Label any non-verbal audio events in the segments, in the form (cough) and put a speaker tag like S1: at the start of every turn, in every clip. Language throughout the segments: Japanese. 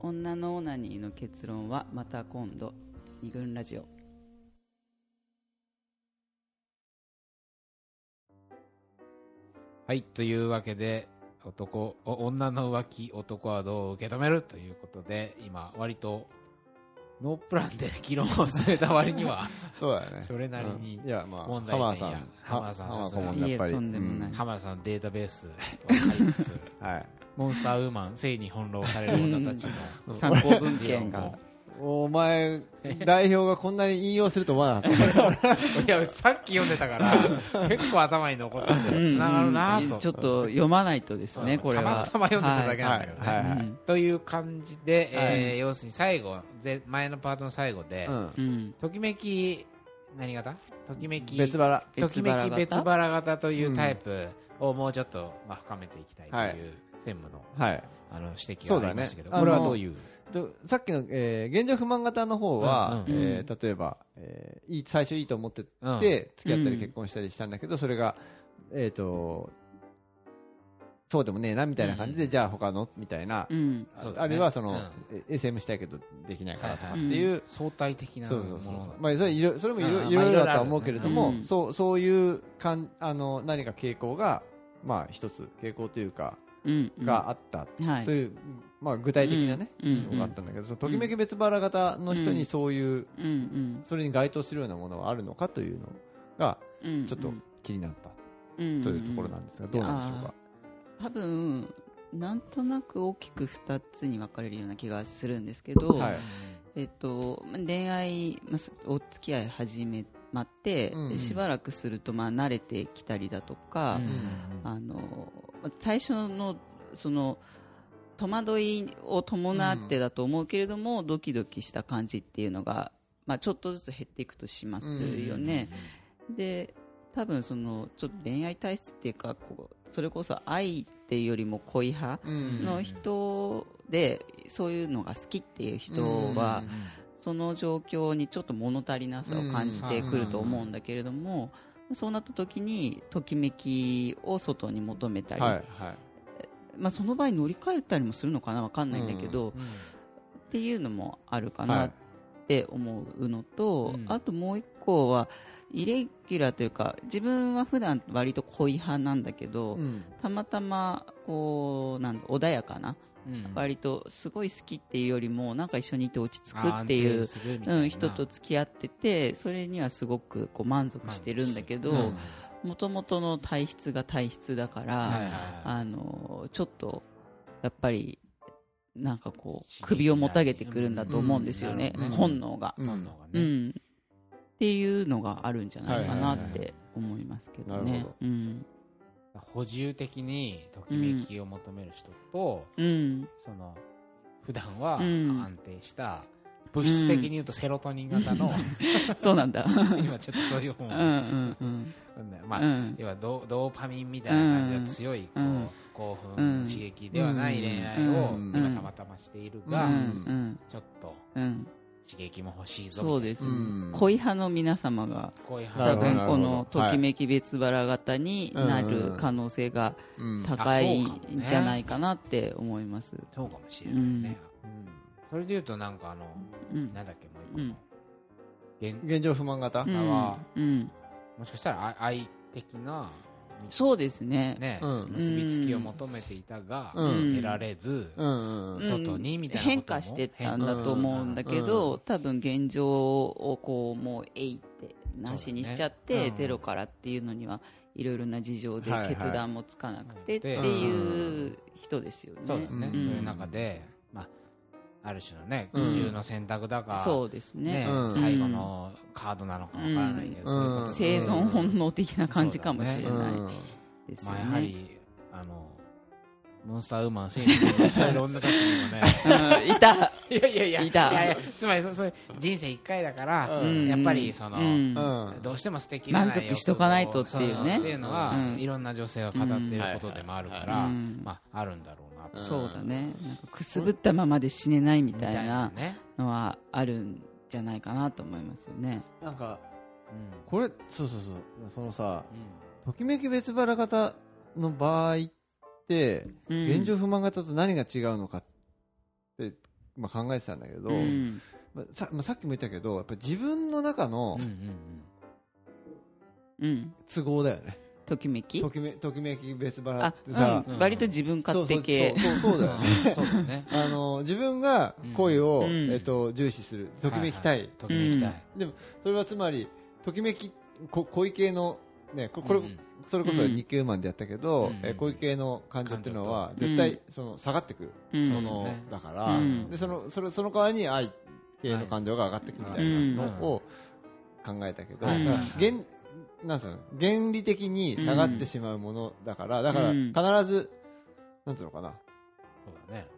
S1: 女のオナニーの結論はまた今度二軍ラジオ
S2: はい、というわけで、男、お女の浮気、男はどう受け止めるということで、今、割と、ノープランで議論を進めた割には、
S3: そうだよね。
S2: それなりに
S3: うんいや、まあ、
S2: 問題点や
S3: 浜田さん。は
S2: 浜田さん
S3: 浜田
S2: さすが
S3: 顧
S2: に
S3: 問やっぱり。
S1: いえとんでもない
S3: うん
S2: 浜田さんのデータベースを借りつつ、 (laughs)
S3: はい。
S2: モンスターウーマン、性に翻弄される女たちの
S1: 参考文献が。
S3: お前、代表がこんなに引用すると思わなか
S2: (laughs)
S3: った。
S2: (laughs) いや、さっき読んでたから、結構頭に残ってて、つながるなと。
S1: ちょっと読まないとですねこれは
S2: たまたま読んでただけなんだけどね。
S3: はいはい
S1: うん
S2: という感じで、えー要するに最後、ぜ前のパートの最後で、
S3: うん
S1: うん
S2: ときめき、何型ときめき、
S3: 別腹。
S2: ときめき別
S1: 別
S2: 腹型というタイプをもうちょっと、まあ、深めていきたいと
S3: はい
S2: いう専務の
S3: はい。
S2: あの指摘が
S3: そう
S2: あ
S3: だね
S2: りましたけど、
S3: あの
S2: これはどういう
S3: とさっきの、えー現状不満型の方は、
S2: うん
S1: うん
S3: えー例えば、えーいい最初いいと思ってて、
S2: うん
S3: 付き合った
S1: う
S3: り
S1: ん
S3: 結婚したりしたんだけど、それが、えっ、と、そうでもねえな、みたいな感じで、
S2: うん
S3: じゃあ他の、みたいな、
S1: うん
S3: あ
S2: そうだね
S3: あるいはその、
S2: うん
S3: え SM したいけどできないからとかっ
S2: は
S3: て
S2: い
S1: はい
S3: いう、
S2: 相対的な
S3: そ
S2: も
S3: うそ
S2: の
S3: うそうそ
S2: だ
S3: うまあそれいろそれもいろ
S2: うん
S3: いろいろ
S2: まあいろいろある
S3: だとは思うけれども、
S1: うん
S3: そうそういうかんあの何か傾向がまあ一つ傾向というか
S1: うん
S3: があった
S1: はい
S3: という、まあ具体的なね、
S1: うんうん
S3: のがあったんだけど、そのときめき別腹型の人
S1: う
S3: に
S1: ん
S3: そういう、
S1: うんうん
S3: それに該当するようなものはあるのかというのが
S1: うん
S3: ちょっと気になった
S1: とい
S3: というところなんですが、どうなんでしょうか。
S1: 多分なんとなく大きく2つに分かれるような気がするんですけど、
S3: はい
S1: えっと、まあ恋愛、まあすお付き合い始めまって、
S3: うん
S1: でしばらくするとまあ慣れてきたりだとか、あのまあ最初のその戸惑いを伴ってだと思うけれども、ドキドキした感じっていうのが、まあ、ちょっとずつ減っていくとしますよね。で多分そのちょっと恋愛体質っていうかこうそれこそ愛っていうよりも恋派
S3: うん
S1: の人で、そういうのが好きっていう人は、
S3: うん
S1: その状況にちょっと物足りなさを感じてくると思うんだけれども、そうなった時にときめきを外に求めたり、
S3: はいはい
S1: まあ、その場合乗り換えたりもするのかなわかんないんだけど、っていうのもあるかなって思うのと、
S2: はいうん
S1: あともう一個はイレギュラーというか自分は普段割と恋派なんだけど、
S3: うん
S1: たまたまこうなんだ穏やかな割とすごい好きっていうよりもなんか一緒にいて落ち着くっていううん、人と付き合っててそれにはすごくこう満足してるんだけ
S2: う
S1: どもともとの体質が体質だから、あのちょっとやっぱりなんかこう首をもたげてくるんだと思うんですよね、
S2: うんうん
S1: 本能が、
S3: うん
S1: うんっていうのがあるんじゃないかなって思いますけど
S3: はいはいは
S1: ね
S3: いなるほ。
S1: うん
S2: 補充的にときめきを求める人と、
S1: うん
S2: その普段は
S1: うん
S2: 安定した、物質的に言うとセロトニン型の、
S1: そうなんだ。
S2: (laughs) 今ちょっとそういう
S1: う
S2: 本
S1: んうんうん
S2: まあ、
S1: うん
S2: 要はドドーパミンみたいな感じの強いこう、
S1: うん
S2: 興
S1: う
S2: 奮
S1: ん
S2: 刺激ではない恋愛を
S3: うん
S2: 今たまたましている
S1: う
S2: が、
S1: んうん
S2: ちょっと
S1: うん
S2: 刺激も欲しいぞ
S1: そうです
S3: う
S1: ね、
S3: ん
S1: 恋派の皆様が
S2: こういう
S1: 多
S3: なるほど
S1: 分
S3: なるほど
S1: このときめき別腹型になる可能性が
S3: うん
S1: 高い
S2: あそうかも
S1: ん
S2: ね
S1: じゃないかなって思います。
S2: そうかもしれないね、それでいうとなんかあの、
S1: うん
S2: なんだっけもう一個の、現
S3: 現状不満型、
S1: うん
S2: は
S1: うん
S2: もしかしたらあ愛的な
S1: そうですね。
S2: (laughs) ね、
S3: うん
S2: 結びつきを求めていたが、
S3: うん
S2: 得られず、
S3: うんうん
S1: うん
S2: 外にみたいなことも
S1: 変化してったんだと思うんだけ
S3: う
S1: ど、多分現状をこうもうえいってなしにしちゃっ
S2: そうだ
S1: て、
S2: ねうん
S1: ゼロからっていうのにはいろいろな事情で
S3: はいはい
S1: 決断もつかなくてって
S2: で
S1: いう人ですよね。
S2: そうだね、
S3: うん
S2: そういう中で、まあ、ある種のね
S3: うん
S2: 苦渋の選択だか、
S1: そうです
S2: ね
S1: ね。
S3: うん
S2: 最後のカードなのかわからないけど、そういうこと
S3: うん
S1: 生存本能的な感じかもしれ
S2: そう
S1: な
S2: だ
S1: い
S3: うん
S1: ですよ
S2: まあ、
S1: ね。
S2: やはりあのモンスターウーマン選手のスタイル女たちにもね
S1: (laughs) うんいた。
S2: いやいやいや
S1: いた
S2: ややつまりそそういう人生一回だから、
S3: うん
S2: やっぱりその、
S1: うん
S3: うん
S2: どうしても捨てきれない
S1: 満足しとかないとっていうね
S2: そそっていうのは、
S1: うん
S2: いろんな女性が語っていることでもあるから、
S1: うん
S2: まあ、あるんだろうなと、
S1: そうだねなんかくすぶったままで死ねないみ
S2: み
S1: たいな
S2: ね、
S1: のはあるんじゃないかなと思いますよね。
S3: なんか
S2: うん
S3: これそうそうそうそのさ
S2: う
S3: ときめき別腹型の場合って、
S1: うん
S3: 現状不満型と何が違うのかってまあ、考えてたんだけど、
S1: うん
S3: まあさまあ、さっきも言ったけどやっぱ自分の中の
S2: うんうんう
S1: う
S2: ん
S1: ん、
S3: 都合だよね、
S1: ときめき
S3: ときめときめき別腹っ
S1: あ、
S3: てさ、
S1: うん、割と自分勝手系
S3: そうそうそうそうそうだよね
S2: うんそうだね。
S3: あの自分が恋を、
S1: うんうん
S3: えっと、重視するときめきたい、
S2: ははときめきたい。
S3: それはつまりときめきこ恋系の、ね、ここれ、
S2: うんうん
S3: それこそ日給マンでやったけど、
S2: うん
S3: えー恋系の感情っていうのは
S1: 情と
S3: 絶対その下がってくる、
S1: うん
S3: その
S2: そうだね
S3: だから、
S1: うん
S3: でそのそれその代わりに愛系の感情が上がってくるみたいなのを考えたけど、
S1: うん
S3: だから原なんつうの原理的に下がってしまうものだから、だから必ずなんつうのかな
S2: そうだね。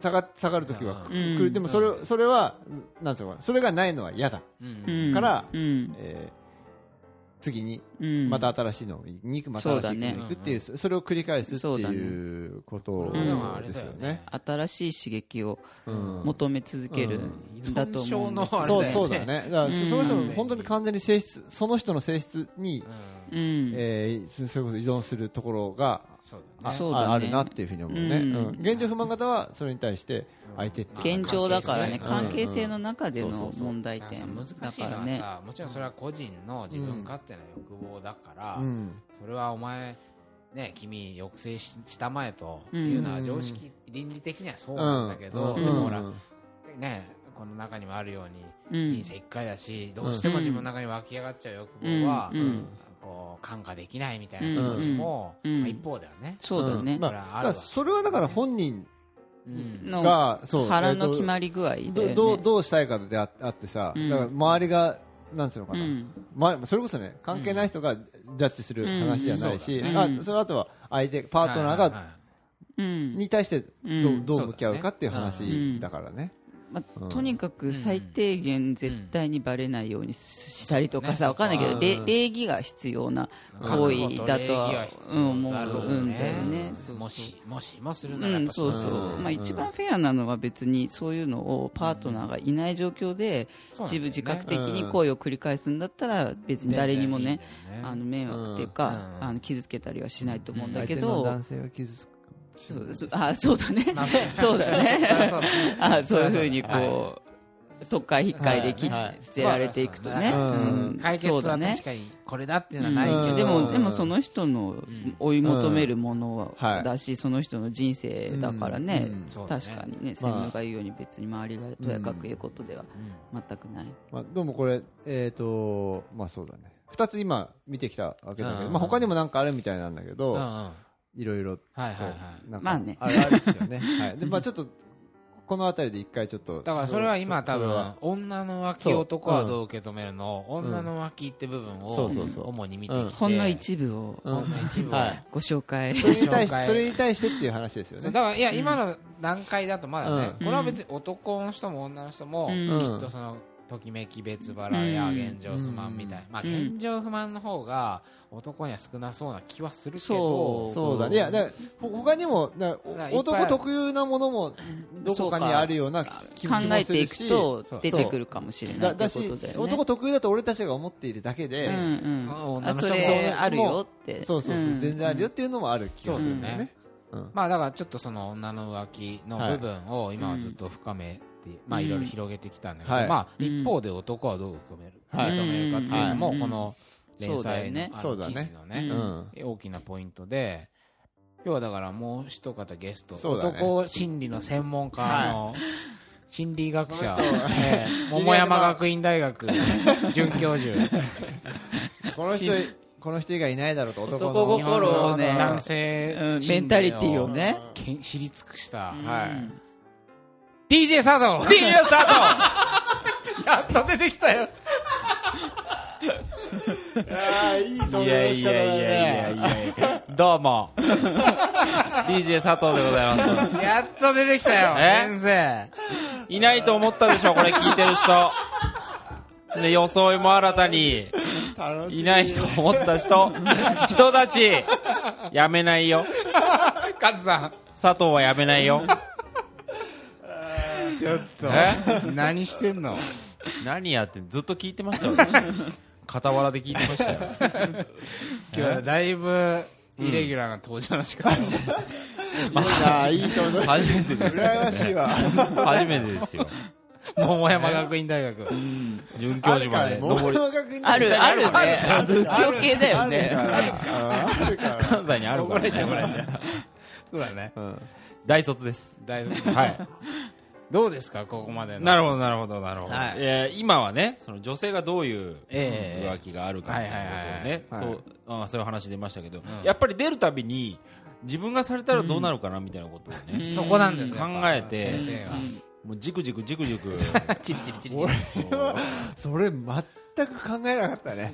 S3: 下が下がるときはく
S1: うん
S3: くるでもそれそれはなんつうのかなそれがないのは嫌だ、
S2: うん
S1: うん
S3: から
S1: うん
S3: えー次に
S1: うん、
S3: また新しいのに行くまた新しいのに行くっていうそれを繰り返すっていうことですよね。
S1: 新しい刺激を
S3: うん
S1: 求め続ける
S2: うん
S1: んだと思うんです
S2: 依存症のあれ
S3: そ
S2: よ
S3: う
S2: ね
S3: そうだね。だからそ
S1: うん
S3: その人の本当に完全に性質その人の性質に
S2: う、ん
S1: うん
S3: えーそれこそ依存するところが
S2: そうだ
S3: あ
S2: ね。
S1: そうだね
S3: ああるなっていうふうに思うね。
S1: うん
S3: うん現状不満型はそれに対して相手っていう
S1: 現状だからね
S3: うん
S1: 関係性の中で
S3: そうそ
S1: の
S3: うそう
S1: 問題
S2: だからさ
S1: 点だ
S2: 難しい
S1: か
S2: の
S1: ら
S2: は
S1: ね
S2: さ、もちろんそれは個人の自分勝手な欲望だから
S3: う、ん
S2: それはお前、ね、君、抑制ししたまえと
S1: うん
S2: いうのは常識、倫理的にはそうなんだけど、
S3: う
S2: で
S3: ん
S2: もほら
S3: う、ん
S2: ね、この中にもあるように、
S1: うん
S2: 人生一回だし、どうしても自分の中に湧き上がっちゃう欲望は、
S1: うんうん
S2: こう、感化できないみたいな気持ちも、
S1: うん
S2: まあ一方ではね、
S1: そうだね
S3: んまあ
S2: これは
S3: だ
S2: あ
S3: か
S2: るわ
S3: らそれはだから本人
S2: うん
S1: の
S3: がそう
S1: 腹
S3: えー
S1: の
S3: と
S1: 決まり具合で
S3: どどうどうしたいかでああってさ、
S1: うん
S3: だから周りが、なんつうのか
S1: う
S3: な、
S1: ん
S3: まそれこそね、関係ない人がジャッジする話じゃないし、
S2: うん
S1: うんそうだね
S3: あその後は相手、パートナーが、
S1: うん
S3: に対してど,、う
S1: うん
S3: どう向き合うかっていう
S1: そうだねう
S3: 話
S1: ん
S3: だからね。
S1: ま
S3: うん
S1: あ、とにかく最低限絶対にバレないようにししたりとかさ、
S2: うん
S1: わかんないけ
S3: う
S1: ど
S3: ん
S1: 礼礼儀が必要な行為だとはうん思うんだよね。
S2: もし、もしもするな
S1: う
S2: ら
S1: ん、
S2: ば、
S1: そうそう、
S3: うん
S1: まあ、一番フェアなのは別にそういうのをパートナーがいない状況で、
S2: そうなんだ
S1: 自
S2: よ
S1: 分
S2: ね
S1: 自覚的に行為を繰り返すんだったら別に誰にもねあの迷惑っていうか、
S2: うん
S1: あの傷つけたりはしないと思うんだ
S3: 相手
S1: け
S3: の
S1: ど、
S3: 男性は傷つく
S1: そうそうあそうだね
S2: まあ
S1: そうだね
S2: そりゃそうだ
S1: あそういうふうにこう、
S2: は
S1: とっかえひっかえで切っ
S3: はい
S1: 捨てられていくとね、
S2: そう
S3: だね
S1: うん
S2: 解決
S1: そう
S2: は
S1: だね
S2: 確かにこれだっていうのはないけど、
S3: うん
S1: で
S3: う
S1: も
S3: ん
S1: でもその人の追い求めるもの
S3: うんは
S1: はいだし、その人の人生だからね、
S3: うん
S2: そうだね
S1: 確かにね専務が言うように別に周りがとやかく言うことでは全くない、
S3: まあ、どうもこれ、えっ、と、まあそうだね。二つ今見てきたわけだけど、
S2: うん
S3: まあ他にもなんかあるみたいなんだけ
S2: うんうん
S3: ど、
S2: はい
S3: いろいろと、
S2: はいはい
S3: なんか
S1: まあね
S3: あれあれです
S2: (laughs)
S3: よね。はい。で、まあちょっと、この辺りで一回ちょっと。
S2: だからそれは今
S3: そ
S2: 多
S3: それは
S2: 分女の
S3: そ
S2: 脇
S3: う
S2: 男はどう受け止めるの、女の脇って部分
S3: そ
S2: を
S3: うそうそう
S2: 主に見てきて、
S3: うん
S1: ほんの一部を
S3: うん
S2: ほんの一部を、
S3: はい
S1: ご紹介、
S3: それに対
S2: 紹
S3: して、
S2: 介
S3: それに対してっていう話ですよ
S2: そう
S3: ね。
S2: だからいや今の段階だとまだね、
S3: うん
S2: これは別に男の人も女の人も、
S1: うん
S2: きっとそのときめき別腹や
S1: うん
S2: 現状不満みたいな、まあ、
S1: うん
S2: 現状不満の方が男には少なそうな気はするけ
S1: そ
S2: ど
S1: う
S3: そうだね。いや、だからほ他にも、だから
S2: だからいっぱい
S3: 男特有なものも、どこかにあるような気気
S1: 考
S3: も
S1: え
S3: す
S1: て
S3: る
S1: い
S3: し
S1: くと
S2: そう
S1: 出てくるかもしれな
S3: だ
S1: いとい
S3: だ
S1: うこ
S3: し
S1: とだよね
S3: 男特有だと俺たちが思っているだけで、
S1: うん
S2: あ
S1: うん、
S2: 女
S1: あ
S2: の人も
S1: それあるよって
S3: そうそうそう、
S1: ん
S3: 全然あるよっていうのもある気がするよ
S2: そうです
S3: ね
S2: ね。
S3: うん
S2: まあだからちょっとその女の浮気の部分を今はずっと深めて、まあいろいろ広げてきたんだけど、
S3: はい
S2: まあ
S1: うん
S2: 一方で男はどう受け止める、
S3: はい
S2: 認めるかっていうのも、
S1: うん
S2: この連載のあ
S3: そう
S2: の
S3: だ
S2: 記
S3: ね
S2: 事のね
S1: そうだね
S3: う
S1: うんん。
S2: 大きなポイントで今日はだからもう一方ゲスト、
S3: そうだね
S2: 男心理の専門家の、心理学者、
S3: この人
S2: ええ桃山学院大学准教授
S3: この人、この人以外いないだろうと、男の。
S1: 男
S2: 日本
S1: 心を
S2: の
S1: ね
S2: 男性
S1: うん
S2: 心理
S1: メンタリティをね
S2: けん知り尽くした、
S3: はい
S2: DJ 佐藤 DJ 佐藤やっと出てきたよ
S3: ああ、いいと
S2: いやいやいやいやいやどうも
S4: DJ 佐藤でございま
S2: やっと出てきたよ
S4: え
S2: 先生
S4: す。いないと思ったでしょ、これ聞いてる人。で、装いも新たに、いないと思った人、人たち、やめないよ。
S2: カズさ
S4: 佐藤はやめないよ。
S2: んちょっと
S4: え
S2: 何してんの
S4: 何やってんずっと聞いてましたよ。私傍らで聞いてましたよ。
S2: 今日はだいぶイレギュラーな登場の仕方を
S3: まあ、いいと
S4: (laughs)
S3: 思う。
S4: 初めてですよ、
S3: 羨ましい
S4: ね。
S3: わ。
S4: 初めてですよ。
S2: 桃山学院大学
S4: 准教授まで
S3: もう
S4: 登り、
S3: 学院
S1: ある、あるね。
S3: ある
S1: あ仏教系だよね。
S3: から。あるから。
S4: 関西にある
S2: 怒
S4: から
S2: れちゃう怒られ
S4: ね。
S2: ちゃうそうだね
S3: うん
S4: 大卒です。
S2: 大学はいどうですかここまでの
S4: なるほど、なるほど、なるほど。
S2: はい
S4: えー今はね、その女性がどういう
S2: ええ
S4: 浮気があるかっていうことを
S3: はいはいはい
S4: ね、そう、あそういう話出ましたけど、やっぱり出るたびに、自分がされたらどうなるかなみたいなことをね、
S2: そこなんですね
S4: 考えて
S2: 先生は
S4: もうじくじくじくじく、
S2: チリチリチリ
S3: 俺は、それ全く考えなかったね。
S1: え、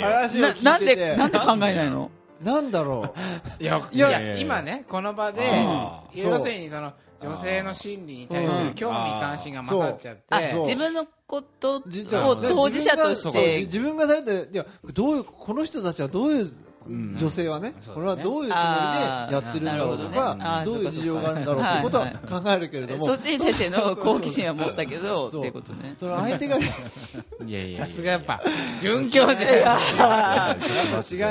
S3: 話を聞いて
S1: ななん
S3: て
S1: で、なんで考えないの
S3: なんだろ
S2: いや
S4: いやいやいや
S2: 今ねこの場で
S4: あー
S2: 要するにその女性の心理に対する興味関心が勝っちゃって
S3: うんあーそう
S2: そ
S1: 自分のことを
S3: う。実はね
S1: 当事者と
S3: 自
S1: し
S3: 分がそう
S1: て、
S3: 自分がされて、いや、どういう、この人たちはどういう、女性はね、
S2: そうだね
S3: これはどういうつもりでやってるんだろうと
S1: あーな
S3: か、
S1: るほど
S3: どう
S1: ね
S3: いう事情があるんだろうということ
S1: はい
S3: は考えるけれども、
S1: そっちに対しての好奇心は持ったけど、って
S3: そう
S1: いうことね。
S3: その相手が、
S4: いやいやいや
S2: さすがやっぱ准教授
S3: 違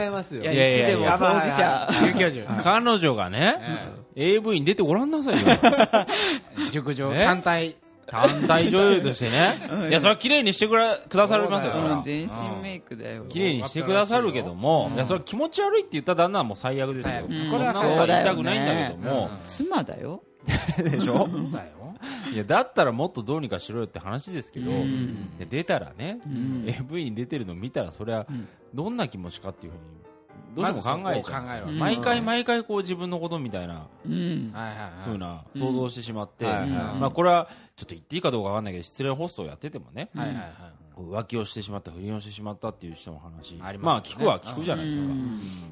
S3: いますよ。
S4: いやいやいや
S1: つでも当事者。
S2: 准教授
S4: 彼女がね、AV に出てごらんなさいよ。
S2: 熟女
S4: え
S2: 単体
S4: 単体女優としてね。いや、それは綺麗にしてくらくださりますよ、それ
S1: うん
S4: は。
S1: 全身メイクだよ。
S4: 綺麗にしてくださるけども、いや、それは気持ち悪いって言った旦那はもう最悪です
S2: 最
S4: よ。
S2: 悪
S4: こ
S2: うんん
S4: なことは言いたくないんだけども、
S1: 妻だよ。
S4: でしょ
S2: そうだよ
S4: いや、だったらもっとどうにかしろよって話ですけど、で出たらね、AV に出てるの見たら、それはどんな気持ちかっていうふうに、どうしても考えちゃ
S2: まずそこを
S4: う
S2: 考えるわ
S4: んですよ
S2: け
S4: 毎回毎回こう自分のことみたいな。
S1: うん。
S2: はいはい
S4: ふ
S2: は
S4: う
S2: い
S4: な想像をしてしまって、
S3: うんはいはい
S4: まあ、これはちょっと言っていいかどうかわかんないけど失恋ホストをやっててもね、
S2: はいはいはい
S4: こう浮気をしてしまった不倫をしてしまったっていう人の話
S2: あり
S4: まあ
S2: ますよ
S4: 聞く
S2: ね
S4: は聞くじゃないですか、い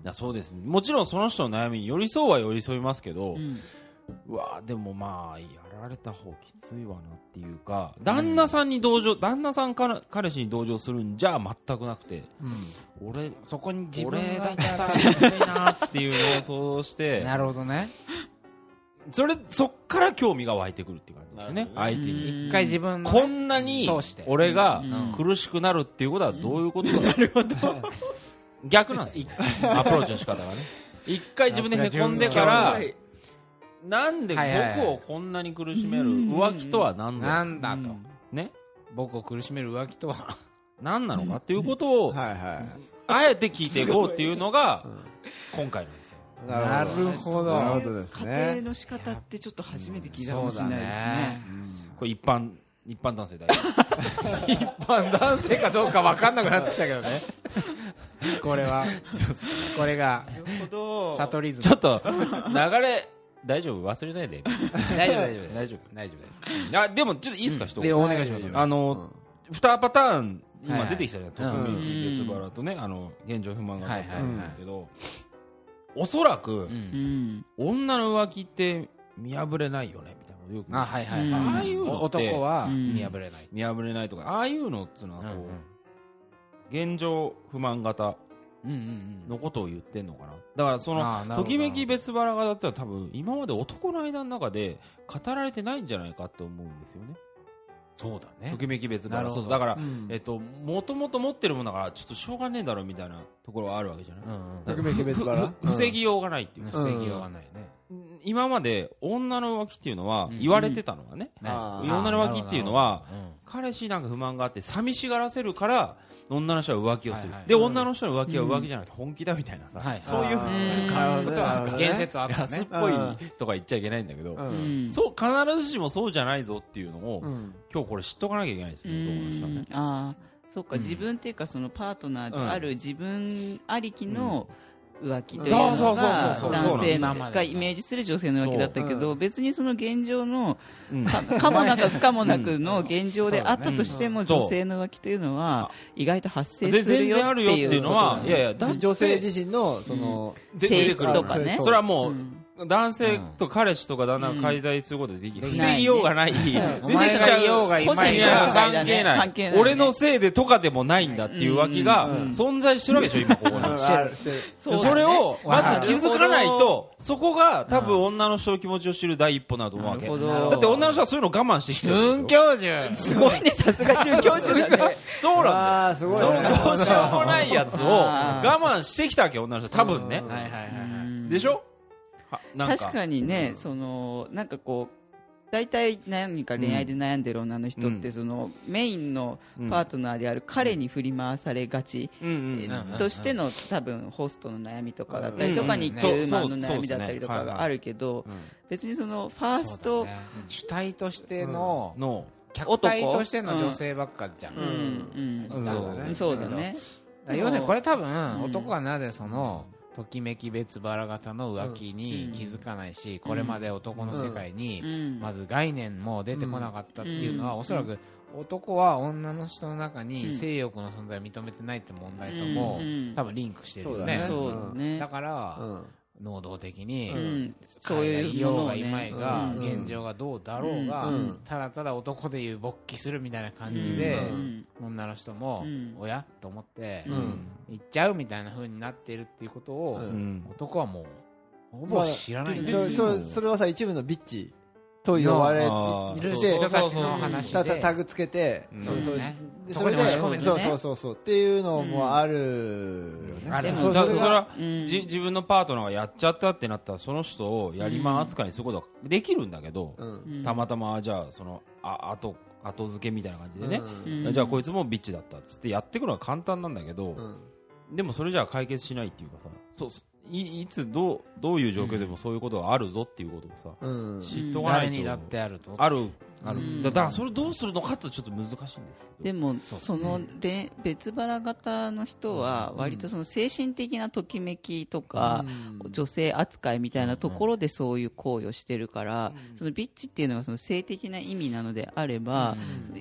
S4: やそうですもちろんその人の悩みに寄り添うは寄り添いますけど、うわーでもまあやられた方きついわなっていうか旦那さんに同情旦那さんから彼氏に同情するんじゃ全くなくて、俺
S2: そこに自分
S4: 俺
S2: が
S4: だ
S2: い
S4: った
S2: ら
S4: たらきついなっていうのを想像して (laughs)
S2: なるほどね
S4: それそっから興味が湧いてくるっていう感じですね相手に
S2: 一回自分のね
S4: こんなに
S2: 通して
S4: 俺が苦しくなるっていうことはどういうことだ (laughs) なるほど逆なんです (laughs) よアプローチの仕方がね一回自分でへこんでからなんで
S2: はいはい
S4: 僕をこんなに苦しめる浮気とは何
S2: な
S4: だ
S2: んだと
S4: ね
S2: 僕を苦しめる浮気とは
S4: 何なのかっていうことを
S3: はいはい。
S4: あえて聞いていこうっていう
S2: (laughs)
S4: のが今回なんですよ
S2: なるほど
S3: なるほどです
S1: 家
S3: ね
S1: 庭。の仕方ってちょっと初めて (laughs) 聞いたかもしれないですね。
S4: これ一般一般男性だよ
S2: (laughs) まあ男性かどうか分かんなくなってきたけどね (laughs) これはこれが悟り
S4: ちょ
S2: ズ
S4: っと流れ大丈夫忘れないで
S2: ム大丈夫大丈夫
S4: 大丈夫
S2: 大丈夫
S4: あでもちょっといいですか、一
S2: で
S4: 言
S2: お願いします
S4: あの、2パターン
S2: はい
S4: 今
S2: はい
S4: 出てきたじゃん、
S2: うん
S4: 特に別腹とね、あの現状不満があったと思うんですけど、おそらく、
S2: うん
S1: うん。
S4: 女の浮気って見破れないよねみたいなことよく
S2: あはいはい
S1: うん
S2: はい
S4: ああいうのって
S2: 男は
S1: うん
S2: 見破れない
S4: 見破れないとかああいうのっていうのはこう、現状不満型
S2: うんうん
S4: のことを言ってんのかなだからそ
S2: あ
S4: の
S2: ーなるほ
S4: と
S2: ど
S4: きめき別腹型ってのは多分今まで男の間の中で語られてないんじゃないかって思うんですよね
S2: そうだね
S4: ときめき別
S2: な
S4: 腹
S2: るほ
S4: そ
S2: ど
S4: うそうだから、
S3: ん
S4: えっともともと持ってるものだからちょっとしょうがねえだろみたいなところはあるわけじゃない、
S3: 特別別
S4: ふ
S3: 腹
S4: ふ防ぎようがないっていうか、
S2: 防ぎようがないね
S4: 今まで女の浮気っていうのは
S2: うん
S4: 言われてたのはね、
S2: ね
S3: あー
S4: 女の浮気っていうのは
S2: なるほどなるほ
S4: 彼氏なんか不満があって寂しがらせるから女の人は浮気をする、
S2: はいはい
S4: で女の人の浮気は浮気じゃなくて本気だみたいなさ、
S2: はい
S4: そういう
S1: うん
S3: なるほどねなるほ
S2: ど
S3: どね
S2: 言説あった
S4: 安っ
S2: ね
S4: ぽい
S3: うん
S4: とか言っちゃいけないんだけど、
S3: うん
S1: うん
S4: そう必ずしもそうじゃないぞっていうのを、
S3: うん
S4: 今日これ知っとかなきゃいけないです
S1: う
S4: よ、男の人はね
S1: ん。ああ、そうか、自分っていうか、そのパートナーである自分ありきの浮気という
S4: うん
S1: の
S4: そうそう
S1: が、
S4: そうそうそう
S1: 男性
S2: そうなんです
S1: がイメージする女性の浮気だったけ
S3: そう
S1: ど、別にその現状の、
S4: うん
S1: かかもなく不可もなく
S4: (laughs)
S1: の現状であったとして
S4: う
S1: も、
S4: んそう
S1: 女性の浮気というのは、意外と発生
S4: です
S1: る
S4: 全
S1: よ
S4: 然あ
S1: って
S4: るよって
S1: い
S4: いう
S1: う
S4: のは、
S1: こと
S4: いやいや、だって
S3: 女性自身の、その、
S4: で
S1: 性質とかね
S4: それはもう、
S1: ん
S4: 男性と彼氏とか旦那が介在することででき
S2: うん
S4: 防ぎようがない。出てき
S2: お前
S4: ち
S2: が
S4: ゃ。
S2: いうようがいまい
S4: い
S2: が
S1: 個人
S4: や関係
S1: 関係
S4: な
S1: ない
S4: い
S1: ね
S4: 俺のせいでとかでもないんだっていうわけが存在してるわけでしょ今ここに
S3: うんあるしてる
S1: そうだね
S4: それをまず気づかない
S1: なるほ
S4: とそこが多分女の人の気持ちを知る第一歩なと思うわけ
S1: なるほ
S4: だ
S1: ど
S4: って女の人はそういうの我慢してきてる
S2: 文教授
S1: すごいねさすが准教授だね
S4: そうなんだよ
S3: ああすごい
S4: そ
S3: ね
S4: のどうしようもないやつを
S1: あー
S4: 我慢してきたわけよ女の人は多分ね
S2: はいはいはいはい
S4: でしょはなん
S1: 確かにね、そのなんかこう大体何か恋愛で悩んでる女の人って、
S4: うん
S1: そのメインのパートナーである彼に振り回されがち、
S4: うんうん
S2: んうん
S1: としての多分ホストの悩みとかだったり、とかに
S2: うん
S1: 給馬
S4: そう
S1: の
S4: そう
S1: 悩みだったりとか
S4: そうですねはい
S1: があるけど、別にそのファース
S2: そ
S1: ト
S2: うだね主体としての
S4: の
S2: 客体としての女性ばっかじゃん
S1: う
S2: だか
S1: ん
S4: うん
S1: う
S4: うんん
S1: そうだね
S2: ら要するにこれ多分
S1: ん
S2: 男がなぜそのときめき別腹型の浮気に気づかないしこれまで男の世界
S1: う
S2: に
S1: ん
S2: まず概念も出てこなかったっていうの
S1: う
S2: は
S1: ん
S2: おそらく男は女の人の中
S1: うん
S2: に性欲の存在を認めてないって問題と
S1: う
S2: も
S1: ん
S2: 多分リンクしてるよ
S3: そうだ
S2: ね
S3: ね
S1: そうだね
S2: だから
S3: うん
S2: 能動的に、
S1: うんそう
S2: 海外
S1: い
S2: いう
S1: も
S2: よ
S1: の
S2: う
S1: を
S2: が
S1: ね
S2: いまいが、
S1: うん
S2: 現状がどうだろうが、
S3: うんうん
S2: ただただ男でいう勃起するみたいな感
S1: うん
S2: じで、
S1: うん
S2: 女の人も、
S1: うん
S2: おやと思って、
S3: う
S2: 行
S3: ん
S2: っちゃうみたいな風になってるっていうことを、
S3: う
S4: うん
S2: 男はもうほぼ知らないね、
S1: まあ
S3: そそそれはさ一部のビッチと呼ばれ
S4: あー
S3: てい
S2: そう人
S3: て
S4: そう
S2: たちの話
S3: た
S2: で、
S3: タグつけて、
S4: うん
S3: そうそう
S2: ね
S3: で
S2: そこに押し込めてね
S3: そうそうそうそうっていうのもある
S2: う
S3: よね、
S2: んある
S1: で
S4: そ
S1: も
S4: うだ
S1: そ
S4: そ
S1: れ
S4: れ
S1: は
S4: は、
S1: うん
S4: じ自分のパートナーがやっちゃったってなったらその人をやりまん扱いにすることはできるんだけど、
S3: うん
S1: うん
S4: たまたまあじゃあそのあ後後付けみたいな感じでね、
S3: うん
S4: じゃあこいつもビッチだったっつってやっていくのは簡単なんだけど、
S3: うん
S4: でもそれじゃあ解決しないっていうかさそうすいいつどうどういう状況でもそういうことがあるぞっていうことをさ、
S3: うん
S4: 知っとかな
S2: 誰
S4: い
S2: に
S4: と
S2: だってあると
S4: ある
S2: ある
S1: うん
S4: だだからそれどうするのかってちょっと難しいんですけど
S1: でもそのれ別腹型の人は割とその精神的なときめきとか女性扱いみたいなところでそういう行為をしてるからそのビッチっていうのがその性的な意味なのであれば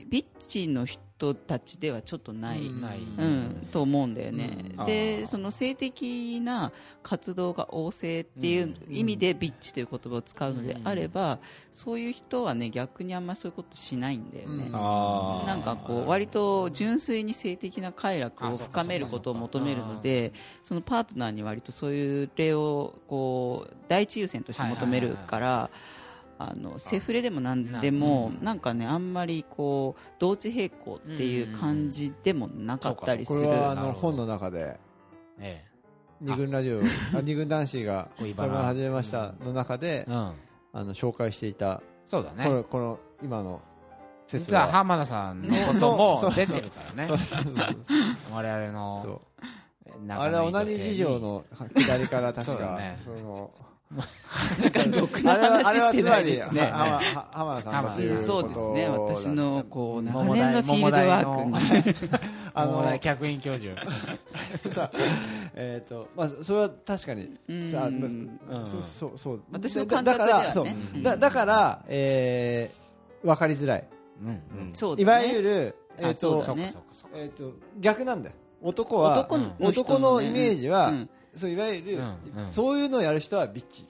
S1: ビッチの人たちではちょっとない。
S2: ない、
S1: うん、と思うんだよね、
S4: うんあ
S1: で
S4: ー
S1: その性的な活動が旺盛っていう意味でビッチという言葉を使うのであれば、そういう人はね逆にあんまそういうことしないんだよね、
S3: うん
S4: あー
S1: なんかこう割と純粋に性的な快楽を
S2: あそうか
S1: 深めることを求めるのでそのパートナーに割とそういう例をこう第一優先として求めるから。あのセフレでも何でもなんかねあんまりこう同時並行っていう感じでもなかったりす
S3: これ
S1: る
S3: はあ
S2: なる
S3: の
S2: ほど
S3: 本の中で
S2: え
S3: 二軍ラジオあ二軍男子が
S2: 恋バ
S3: こ
S2: ナ
S3: れを始めましたの中で
S2: え、うん、
S3: あの紹介していた
S2: そうだ
S3: こ
S2: ね
S3: のこの今の説
S2: 実は浜田さんのこと
S3: (laughs) そ
S2: も
S3: う
S2: 出てるから
S3: そう
S2: ね
S3: そうそう
S2: 我々の
S3: そうあ
S2: 仲
S3: れ
S2: のい
S3: は
S2: 女性
S3: い
S2: に
S3: 同じ事情の左から確
S2: そうだ
S3: か
S2: ね
S3: その
S1: (laughs) ろく
S3: あ
S1: な
S3: れはあ
S1: 話
S3: れ
S1: し
S3: は
S1: て
S3: つ
S1: な
S3: ま
S1: い
S3: り
S1: で
S3: は
S1: すね
S2: ね
S3: はは浜田さんだということ
S1: そうですね私のこう長
S2: 桃
S1: 年
S2: 大
S1: のフィールドワーク
S2: 桃
S1: に
S2: 大の
S3: あ
S2: あ
S3: の
S2: の客員教授
S3: さえっとまあそれは確かに (laughs)
S1: うん
S3: さあ
S1: う
S3: ま
S1: ん
S3: あそうそうそう
S1: 私の
S3: だ
S1: 感覚ではね
S3: だからそう
S1: うん
S3: だだからえーわかりづらい
S1: そう
S3: い
S1: だ
S3: わ
S1: ね
S3: ゆるえっ
S1: あそう
S3: と
S1: だね
S3: えっと逆なんだよ男は
S1: 男の人のね
S3: 男のイメージは
S1: うん
S3: そういわゆる
S2: うんうん
S3: そういうのをやる人はビッチ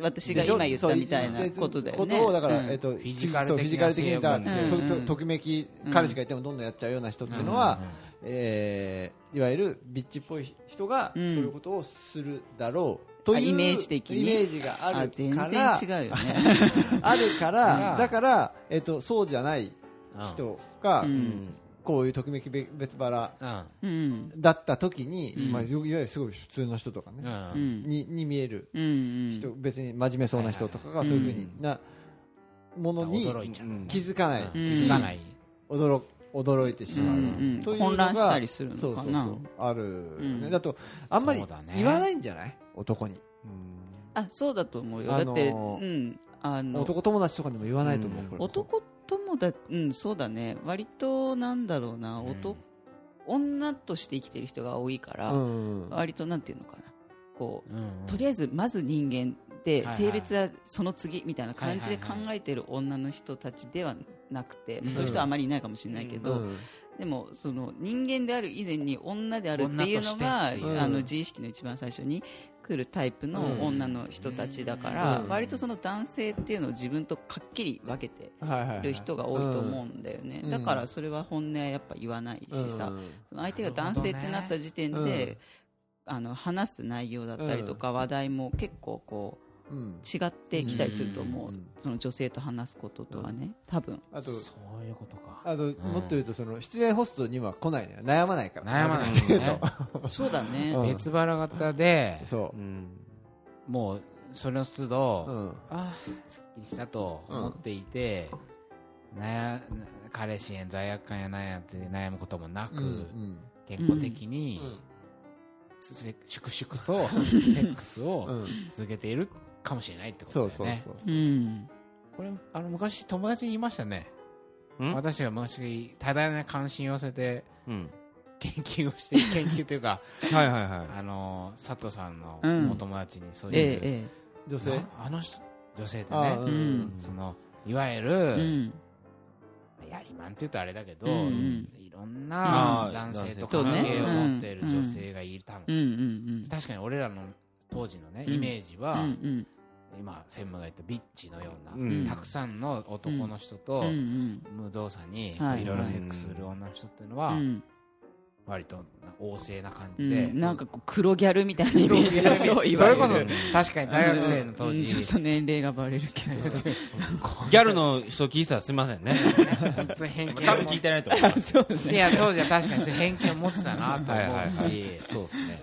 S1: 私が今言ったみたいなことだよね
S3: そういうことをだから、
S1: うん
S3: えっと、フ
S2: ィジカル的な
S3: フィジカル的にだ、
S2: 性
S1: 欲
S3: と
S1: うん
S3: とときめき、彼氏がいてもどんどんやっちゃうような人っていうのは、えーいわゆるビッチっぽい人が、
S1: うん
S3: そういうことをするだろうという
S1: あイメージ的に
S3: イメージがあ
S1: あ
S3: る
S1: 全
S3: か
S1: 然
S3: ら、
S1: 違うよね
S3: あるから、
S2: うん
S3: だから、えっと、そうじゃない
S2: うん
S3: 人が、
S1: うん
S3: こういうときめきべ別腹
S2: うん
S1: うん
S3: だった時に、
S1: ん
S3: まあ、いわゆるすごい普通の人とか
S2: う
S3: ね、
S1: うんん
S3: にに見える
S1: うんうん
S3: 人、別に真面目そうな人とかがそういうふうになものに
S2: 驚いちゃう
S3: 気づかない、
S2: 気
S1: ん
S2: づかない
S3: 驚驚いてしまう、
S1: うんうん
S3: という
S1: 混
S3: のが
S1: 乱したりするのかな
S3: そうそうそうあるよね、
S1: うん
S3: だとあんまり
S2: そうだね
S3: 言わないんじゃない男に
S1: あそうだと思うよ、
S3: あ
S1: だ
S3: の
S1: って、
S3: ー
S1: うん、あの
S3: 男友達とかにも言わないと思う、
S4: うん
S3: これ
S1: 男友達、うん、そうだね、割となんだろうな、
S2: うん
S1: 男女として生きてる人が多いから、
S3: うん
S1: 割となんていうのかな、こ
S2: うんうん
S1: うとりあえずまず人間で、
S2: はいはい
S1: 性別はその次みたいな感じで
S2: はい
S1: 考
S2: はいはい
S1: えてる女の人たちではなくて、まあ
S2: うん
S1: そういう人はあまりいないかもしれないけど、
S3: うん
S1: でもその人間である以前に女であるっていうの
S2: 女として
S1: が、
S2: って
S3: いう
S1: あの
S3: うん
S1: 自意識の一番最初にくるタイプの女の人たちだから、
S3: うん
S1: 割とその男性っていうのを自分とかっきり分けて
S3: はいはいはい
S1: る人が多いと思うんだよね、
S3: うん
S1: だからそれは本音はやっぱ言わないしさ、
S3: うん
S1: その相手が男性ってなった時点で、
S3: なるほどね
S1: あの話す内容だったりとか、話題も結構こう
S3: うん
S1: 違ってきたりすると思う、
S3: うん
S1: その女性と話すこととはね、多分
S3: あと
S2: そういうことか。
S3: あと、もっと言うとその失恋ホストには来ないのよ悩まないから
S2: 悩まない
S3: ぜかっていう
S2: ね
S3: と
S1: そうだね、
S3: うん
S2: 別腹型で、
S3: そう
S2: もう、その都
S3: う
S2: 度、
S3: ん
S2: ああ、すっきりしたと思っていて、悩彼氏への罪悪感やなんやって悩むこともなく、
S3: うん
S2: 健康的
S3: う
S2: に、
S3: ん
S2: せ粛々とセックス
S3: う
S2: を
S3: ん
S2: 続けているかもしれないってこ
S3: そ
S2: と
S3: う
S2: だ
S3: そ
S2: よ
S3: う
S2: ね。
S3: そう
S1: うん
S2: これあの昔友達に言いましたね
S4: ん
S2: 私が昔多大な関心を寄せて
S4: うん。
S2: 研究を
S1: (laughs)
S2: して研究というか
S4: はいはいはい。
S2: あの佐藤さんの
S1: うん
S2: お友達にそう
S1: え
S2: いう、
S1: ええ
S3: 女性
S2: なあの人女性って
S3: ああ
S2: ね
S3: う
S1: うん
S3: ん
S2: そのいわゆる、
S1: えうん
S2: やりまんって言うとあれだけど、
S1: うんうん
S2: いろんな
S4: ああ
S2: 男性
S1: 男性
S2: と
S1: とね
S2: 関係を持っている女性がいたの、
S1: うんうん
S2: 確かに俺らの当時のね、
S1: うん
S2: イメージ
S1: うん
S2: は、
S1: うん
S2: 今専務が言ったビッチのような、
S4: うん
S2: たくさんの男の人と、
S1: うんうん
S2: 無造作にい
S1: はい
S2: ろいろセックスする女の人っていうのは、
S1: うん
S2: 割と旺盛な感
S1: う
S2: じで、
S1: んなんかこう黒ギャルみたいなイメージがすごい
S2: そ
S1: わ
S2: れ
S1: ゆ
S2: こ
S1: る
S2: そ確かに大学生の当
S1: うん
S2: 時、
S1: ちょっと年齢がバレるけどさ
S4: ギャルの人聞いてたらすみません
S1: (laughs)
S4: ね。
S2: 本当に偏見
S4: 多
S2: を
S4: 分
S2: 持
S4: 聞いてないと思います。
S1: そうです
S2: い
S1: ね
S2: や当時は確かにそういう偏見を持ってたなと思うし、
S4: そうですね。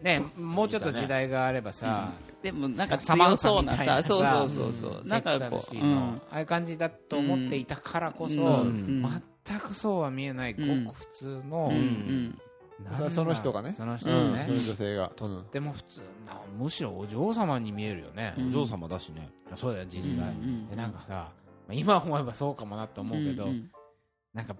S2: ね、もうちょっと時代があればさ、
S1: でもなんか
S2: サ
S1: 強
S2: マンサ
S1: そう
S2: み
S1: な
S2: たいな
S1: さ
S2: さ
S1: そうそうそうそう
S2: セ
S1: な
S2: ッ
S1: ん
S2: クス
S1: か
S2: アンド
S1: こ
S2: シ
S1: う
S2: ー
S1: う
S2: の
S1: ん
S2: ああいう感じだと思っていたからこそ、
S1: うん
S2: 全くそうは見えないごく普通の、
S1: うん
S2: なんだ
S3: そその人がね
S2: その人
S3: う
S2: が
S3: ん
S2: ね、
S3: そういう女性がうん
S2: でも普通なむしろお嬢様に見えるよね、
S1: うん
S4: お嬢様だしね。
S2: そうだよ実際、
S1: うんうん
S2: でなんかさまあ今思えばそうかもなと
S1: うん
S2: 思うけど、
S1: んん
S2: なんか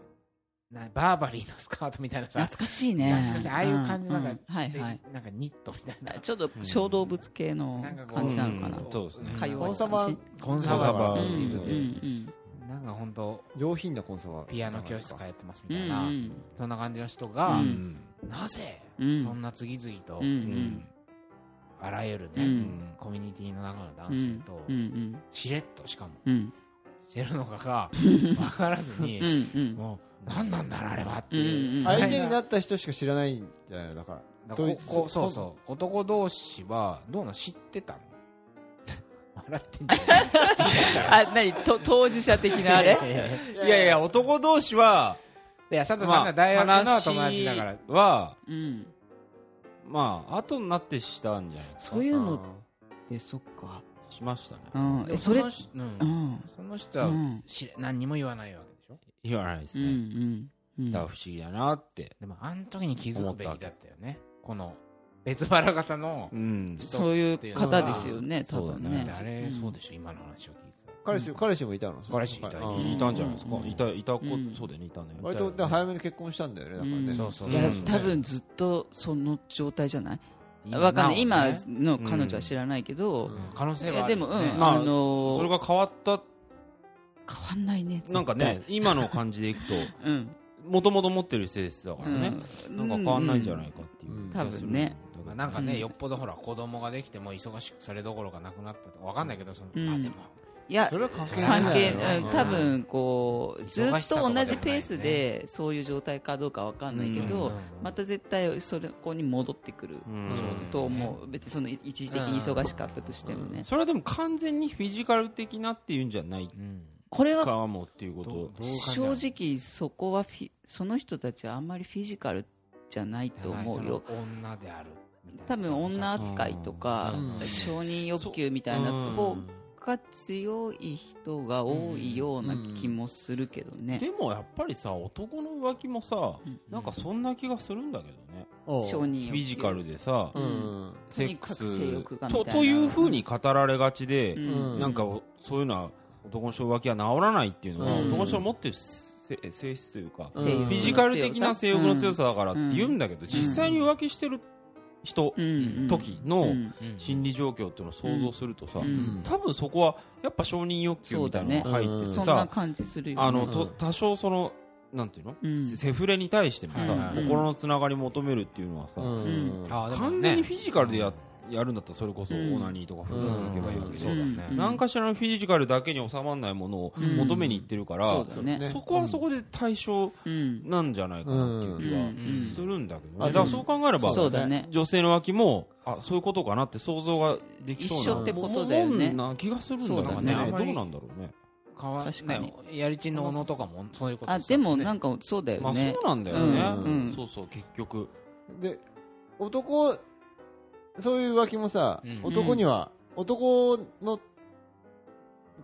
S2: なバーバリーのスカートみたいなさ
S1: 懐かしいね
S2: 懐かしいああいう感じなんか
S1: うはい
S2: で
S1: はい
S2: なんかニットみたいな
S1: ちょっと小動物系の
S2: なんかこう
S1: 感じなのかな
S4: うんそうですね。
S1: か弱
S3: コ
S1: い
S3: ンサバ
S1: 感じ
S2: コン
S3: サバ
S2: バ
S1: う
S2: ー
S1: ん
S2: って
S1: う
S2: いうんなんか本当
S3: 上品なコンサバ
S2: ピアノ教室通ってますみ
S1: うんう
S2: た
S1: ん
S2: いな、
S1: うん
S2: そんな感じの人が、
S1: う
S4: うんん。
S2: なぜ、
S1: うん
S2: そんな次々と、
S1: うん
S4: うん。
S2: あらゆるね、
S4: うん
S2: コミュニティの中の男性と、
S1: うんうん
S2: しれっとしかも
S1: うん
S2: してるのか
S1: (laughs)
S2: が分からずに、
S1: うんうん
S2: もう何なんだろうあれはっていう、
S1: うんうん
S3: 相手にな
S2: だ
S3: った人しか知らないんじゃないのだから
S2: からここ
S3: ドイツ
S2: そうそう男同士はどうなの知っ
S1: (laughs)
S2: てたの笑ってんじゃない
S1: あ何と当事者的なあれ
S4: いやいや、男同士は、
S2: (laughs) いや佐藤さんが大学の友達だから、
S4: 話は、
S1: (laughs) うん
S4: まあ、後になってしたんじゃないですか
S1: そういうのってそっか
S4: しましたね。
S1: うん
S2: で
S1: え
S2: も
S1: それ
S2: の人
S1: う
S2: う、
S1: んん
S2: その人は
S1: うん
S2: 知れ何にも言わないわけでしょ
S4: 言わないです
S1: うんう
S4: ね。
S1: んうん
S4: だから不思議だなって。
S2: でもあの時に気づくべきだったよねこの別腹型の
S4: うん。
S1: そういう方ですよね
S4: そ
S1: 多
S4: うだ
S1: 分
S4: ね
S1: ね
S2: あれ
S1: ん
S2: そうでしょ今の話を聞いてたら
S3: 彼氏彼氏もいたの
S2: 彼氏いたいた
S3: うん
S4: いたんじゃないですか
S1: う。ん
S4: いた、いた子
S1: うん、
S4: そうだよね、いたね。
S3: 割とでも早めに結婚したんだよねだから
S1: うん
S3: ね
S2: そうそう
S1: いや
S4: うん
S1: 多分ずっとその状態じゃない
S2: 今
S1: わかんない
S2: なお
S1: 今
S2: ね
S1: の彼女は知らないけど
S3: うん
S2: 可能性
S1: い
S2: は
S1: や
S2: あ
S1: で
S2: る
S1: も
S2: よ
S1: う
S2: ね
S1: ん
S4: まあ
S1: あの
S4: それが変わった、
S1: 変わんないね
S4: なんかね、今の感じでいくと、
S1: 絶対うん
S4: もともと持ってる性質だからね。
S1: うん
S4: なんか変わんないんじゃないかっていう気がする。
S1: うん多分ね
S2: まあなんかね
S1: うん
S2: よっぽどほら子供ができても忙しくそれどころかなくなったとかわかんないけどその
S1: うん
S2: あでも
S1: いや
S3: それは関係ない
S1: 関係
S3: よ
S1: ない
S2: うん
S1: 多分こうず
S2: 忙
S1: っ
S2: しさと
S1: と
S2: かでもない
S1: 同じペースでそういう状態かどうかわかんないけ
S2: う
S1: ど
S2: ん
S1: また絶対それこに戻ってくる
S4: うん
S2: そうだよね
S1: と思う別にその一時的に忙しかったとしてもね
S4: それはでも完全にフィジカル的なっていうんじゃない
S2: うん
S1: これは
S4: かもっていうこ
S2: どう
S4: と
S2: どう
S1: 正直そこはフィその人たちはあんまりフィジカルじゃないと思うよ
S2: その女であるみたいな
S1: 多分女扱いとか、
S3: うん
S1: 承認欲求みたいなとこが強い人が多いような気もするけどね、
S4: (laughs) でもやっぱりさ男の浮気もさ、
S1: うん
S4: なんかそんな気がするんだけどね、
S3: おう
S1: 承認欲求
S4: フィジカルでさ、
S3: うん
S4: セック
S1: とにかく性欲が
S4: ス
S1: みたい
S4: と
S1: な
S4: というふうに語られがちで、
S3: ん
S4: なんかそういうのは男の人浮気は治らないっていうのは、
S3: うん
S4: 男の人は持ってるせ性質というか、
S3: う
S4: フ
S3: ん
S4: ィジカル的な性欲の強さだからって言うんだけど、実際に浮気してる人、時の
S2: うん
S4: 心理状況っていうのを想像するとさ、
S1: うん
S3: うん
S4: 多分そこはやっぱ承認欲求みたいなのが入ってて
S1: そん
S4: さ、
S1: な感じするよ、ね、
S4: あの、
S3: う
S4: と
S3: ん
S4: 多少そのなんていうの、
S1: うん
S4: セフレに対してもさ、
S2: うん
S4: 心のつながり求めるっていうのはさ、
S3: うん
S1: うん
S2: あでもね
S4: 完全にフィジカルでやっやるんだったらそれこそオ
S1: うん
S4: ナニーとかフードに行けばいいわけで、
S1: うんうんうん
S4: 何かしらのフィジカルだけに収まらないものを求めに行ってるから、
S1: そうだね。
S4: そこはそこで対象
S1: うん。
S4: なんじゃないかなっていう気
S1: うんうん
S4: はするんだけどね、
S3: うん
S4: だからそう考えれば、
S1: そうだね。
S4: 女性の脇もあそういうことかなって想像ができそうな
S1: 一緒ってことだよね
S4: もんな気がするんだよ
S1: そうだ
S4: ね
S1: ね
S2: あんま
S4: ど
S2: り
S4: うなんだろうね
S2: 変わ
S1: 確かに
S2: ねやりちんのおのとかもそういうこと
S1: あ、
S2: した
S1: でもなん
S2: ね
S1: かそうだよ
S4: まあ
S1: ね
S4: そ。うなんだよね、
S3: うん
S1: うん
S4: そうそう結局
S3: で、男、そういう浮気もさ
S2: うん、
S3: 男には、男の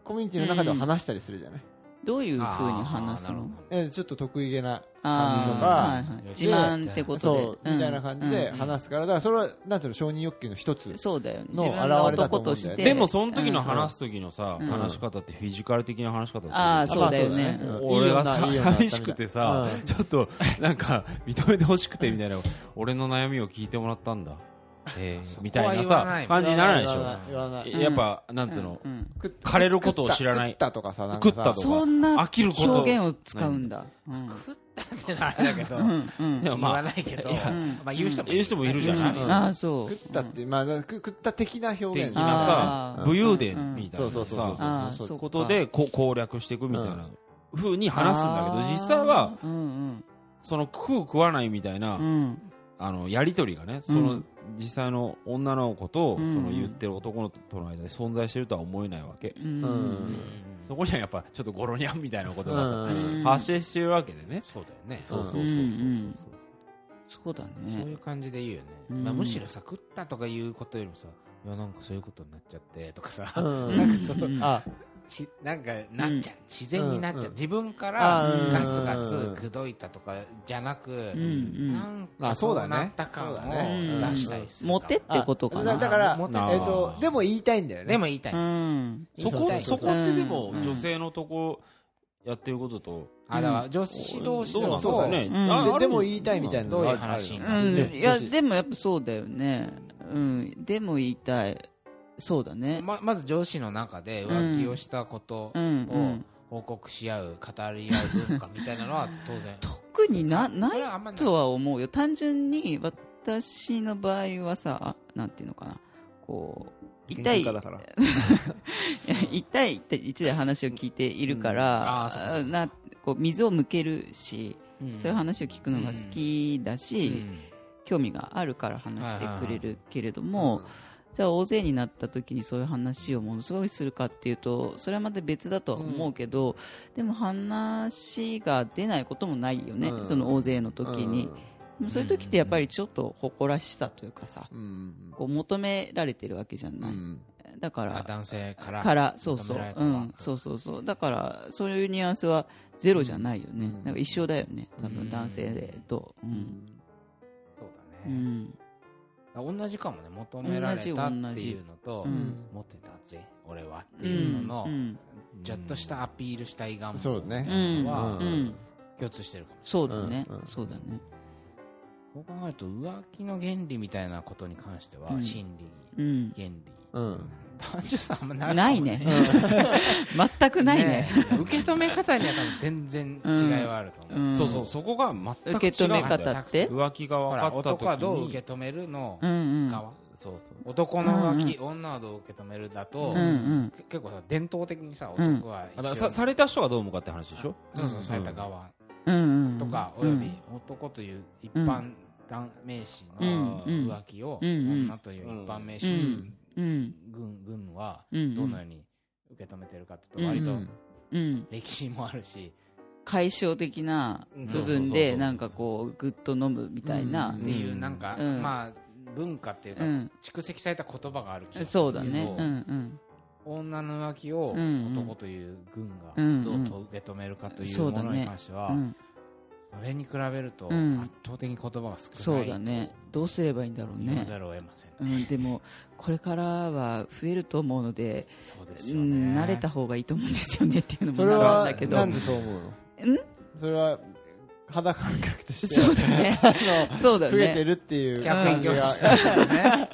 S3: コミュニティの中では話したりするじゃない
S1: どういうふうに話す
S2: あーな
S1: の
S2: るほど
S3: えーちょっと得意げな感じとか、
S1: ああー、はいはい。自慢ってこと
S3: そ
S1: で。
S3: う、みたいな感じで
S1: うん
S3: 話すから、だからそれは、なんつうの、承認欲求の一つ。
S1: そうだよね。
S3: の
S1: 自分が
S3: 現れだ
S1: 男
S3: と思うんだよね
S1: として。
S4: でもその時の話す時のさ、
S1: うん
S4: 話し方ってフィジカル的な話し方だと思う
S1: あーそうだよね
S3: まあそうだね
S4: 俺がさ
S3: いいよな
S4: 寂しくてさ、 (laughs) ちょっとなんか認めてほしくてみたいな俺の悩みを聞いてもらったんだ、えー
S2: そこは
S4: みたいな
S2: 言わな
S4: さ
S2: い
S4: 感じにならないでし
S3: 言
S4: ょ
S3: わ言わない。
S1: ない
S4: やっぱなんつうの、
S1: うんうん
S4: 枯れることを知らない
S3: 食ったとかさ、なんかさ
S4: 食ったとか
S1: そんな
S4: 飽きること
S1: 表現を使うんだ。うん
S2: 食ったってのはあれだけど
S1: うんうん
S4: い
S2: (laughs)
S4: や
S2: 言わ
S4: ま
S2: ないけど
S4: いや
S2: まあ言う人も
S4: 言う人もいるじゃない、
S3: うん
S1: ああ、そう。
S3: 食ったって、まあ、食食った的な表現。
S4: 的なさ
S1: あー
S4: 武勇伝みたい
S3: そ
S4: な
S3: うそうそうそう
S4: さ
S1: あー
S3: そ
S1: そ
S3: うそうう
S1: か
S4: ことでこ攻略していくみたいな風に話すんだけど実際は、
S1: あーうん
S4: その食う食わないみたいな、
S1: うんうん
S4: あのやり取りがねその、
S1: うん
S4: 実際の女の子と、
S1: うん
S4: その言ってる男の子との間で存在してるとは思えないわけ、
S1: うん
S3: うん
S4: そこにはやっぱちょっとゴロニャンみたいなことがさ、
S1: うん
S4: 発生してるわけでね、
S2: そうだよね
S4: そううんそうそうそうそ
S1: う
S4: う、
S1: んそうだ
S2: そうい
S1: ね。
S2: う感じで言うよね、
S1: うん
S2: まあ、むしろさ食ったとかいうことよりもさいやなんかそういうことになっちゃってとかさ、
S3: うん
S2: なんかそううん
S3: (laughs) あ、
S2: ちなんかなっちゃう、自然になっちゃう、
S3: うん
S2: 自分か
S3: あ
S2: ら
S1: ー
S2: ガツ
S3: う
S2: ガ
S3: ん
S2: ツ口説いたとかじゃなく、
S1: うんうん
S2: なん
S3: ま
S2: か
S3: あそ
S2: そうう
S3: だね
S2: なった感を
S3: そうだね
S2: 出したりするかも、
S1: モテってことか
S3: あ
S1: な。
S3: だから、え
S2: モ
S3: っ
S2: テて
S3: と、でも言いたいんだよね。
S2: でも言いたい、
S1: うん。
S4: そ
S2: 言い
S4: こ
S2: たい
S4: そこってでも、
S1: うん
S4: 女性のとこやってることと、
S2: あだから女子同士
S4: どうなん
S2: の
S4: だろうね、
S1: そううん
S4: あ
S3: で
S4: ある
S3: でも言いたいみたいなの
S2: どういう
S3: がある。
S2: 話に
S1: う
S2: なる
S1: ん、
S3: 女子
S1: いや、でもやっぱそうだよね。うん、でも言いたい。そうだね。
S2: ままず女子の中で浮気をしたこと
S1: うんう
S2: を
S1: ん
S2: 報告し合う語り合う文化みたいなのは当然
S1: 特にな、な
S2: そ
S1: い
S2: れはあんまない
S1: とは思うよ。単純に、私の場合はさ、なんていうのかな。こう、痛い
S3: 喧嘩、だから。
S1: (laughs) 痛いって一で話を聞いているか
S2: うんあーそうかそ
S1: ら、
S2: うか
S1: な、こう、水を向けるし、そういう話を聞くのが好きだ
S2: う
S1: し、
S2: ん
S1: 興味があるから話してくれるけれども、
S3: うん
S1: じゃあ大勢になった時にそういう話をものすごいするかっていうとそれはまた別だとは思うけど、でも話が出ないこともないよね、
S3: うん
S1: その大勢の時に、でもそういう時ってやっぱりちょっと誇らしさというかさ、
S3: うん。うん。
S1: こう求められてるわけじゃ
S3: う
S1: ない、
S3: ん。
S1: だか
S2: あ
S1: ら
S2: 男性から
S1: からそうそう、
S2: 求められた
S1: う
S2: のは
S1: ん、そうそうそうだからそういうニュアンスはゼロじゃないよね、
S3: うん
S1: なんか一緒だよね多
S2: う
S1: 分
S2: ん
S1: 男性とうん、
S2: そう
S1: う
S2: だね、
S1: ん
S2: 同じかもね求められたっていうのと、
S1: 同じ同じ
S3: うん
S2: モテたぜ俺はっ
S1: う
S2: ていうの
S1: ん
S2: の、
S1: うん
S2: ちょっとしたアピールしたい願望
S3: そうね
S2: みたいなの
S3: う
S2: は
S3: ん
S1: うん
S2: 共通してるかも
S1: そうだね、
S3: うんうん
S1: そうだね
S2: そう考えると浮気の原理みたいなことに関しては、
S1: うん
S2: 心
S1: う
S2: 理
S1: ん
S2: 原理、
S3: うん。
S2: 単純さあんま (laughs) ない
S1: ないね (laughs) 全くないね
S2: 受け止め方には多分全然違いはあると思う、
S1: うん
S4: そうそうそこが全く違
S1: 受け止め
S4: うんだ
S1: 方
S4: よ
S1: って
S4: 浮気が
S2: ほ
S4: 分からった時に
S2: 男はどう受け止めるの
S1: うんうん
S2: 側、
S4: そうそう
S2: 男の浮気、女はどう受け止めるだ
S1: う
S2: と、
S1: んうん
S2: け結構さ伝統的にさ
S1: うん
S2: 男は一
S4: あ
S2: 応、
S4: だからさされた人がどう思うかって話でしょ
S2: そうそうされた側
S1: うんうん
S2: とか、
S1: うん
S2: および男という一般男名詞の
S1: うん
S2: 浮気を、
S1: うんうん
S2: 女という一般名詞にする
S1: うん
S2: 軍軍は
S1: うん
S2: どのように受け止めてるかっていう
S1: うん
S2: と割と
S1: うん
S2: 歴史もあるし、
S1: 解消的な部分
S4: う
S1: で
S4: ん
S1: なんかこうグッと飲むみたいな
S3: う
S2: っ
S3: ん
S2: ていうなんか、
S1: うん
S2: まあ文化っていうか、
S1: うん
S2: 蓄積された言葉がある気がす
S1: そ
S2: る
S1: う
S2: けど
S1: だねうん
S2: 女の浮気を
S1: うん
S2: 男という
S1: う
S2: 軍
S1: ん
S2: がどうと受け止めるかとい
S1: そううだ
S2: も
S1: ね
S2: のに関しては、
S1: うんうん
S2: それに比べると圧
S1: うん
S2: 倒的に言葉が少な
S1: そ
S2: いう
S1: だ
S2: と
S1: ねどうすればいいんだろう
S2: 言わ
S1: ね
S2: ざるを得ませんね。
S1: うんでもこれからは増えると思うので
S2: そう
S1: う
S2: ですよね。
S1: ん慣れた方がいいと思うんですよねっていうの
S3: そ
S1: もな
S3: れ
S1: ん
S3: は
S1: だけ、ど
S3: なんでそう思うの
S1: ん
S3: それは、肌感覚として。
S1: (laughs) そうだね
S3: (laughs)
S1: そうだ
S3: 増えて
S1: ね
S3: るっていう
S2: 逆
S3: 感
S2: 勉
S3: じ
S2: 強
S3: が。
S2: したからね。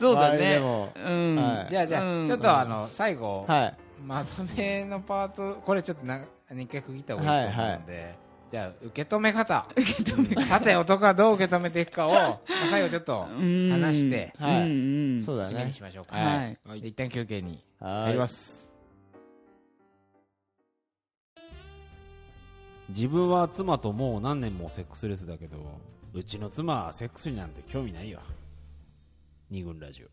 S1: そうだ
S3: 周りで
S1: ね
S3: も
S1: うん
S3: は
S2: じゃあじゃ
S1: う
S2: あ、
S1: ん
S2: ちょっとあの、最後、
S3: はい。
S2: まとめのパート、これちょっとな、一回区切った方がいいと思うので、じゃあ受け止め方
S1: 受け止め
S2: さて男はどう受け止めていくかをまあ最後ちょっと
S1: うん
S2: 話して
S3: はい
S1: うんうん
S3: そうだ
S2: 締めに
S3: ね。
S2: しましょうか、
S1: はい
S2: で一旦休憩に
S3: は
S2: 入り
S3: い。
S2: ます
S4: 自分は妻ともう何年もセックスレスだけどうちの妻はセックスになんて興味ないよ二軍ラジオ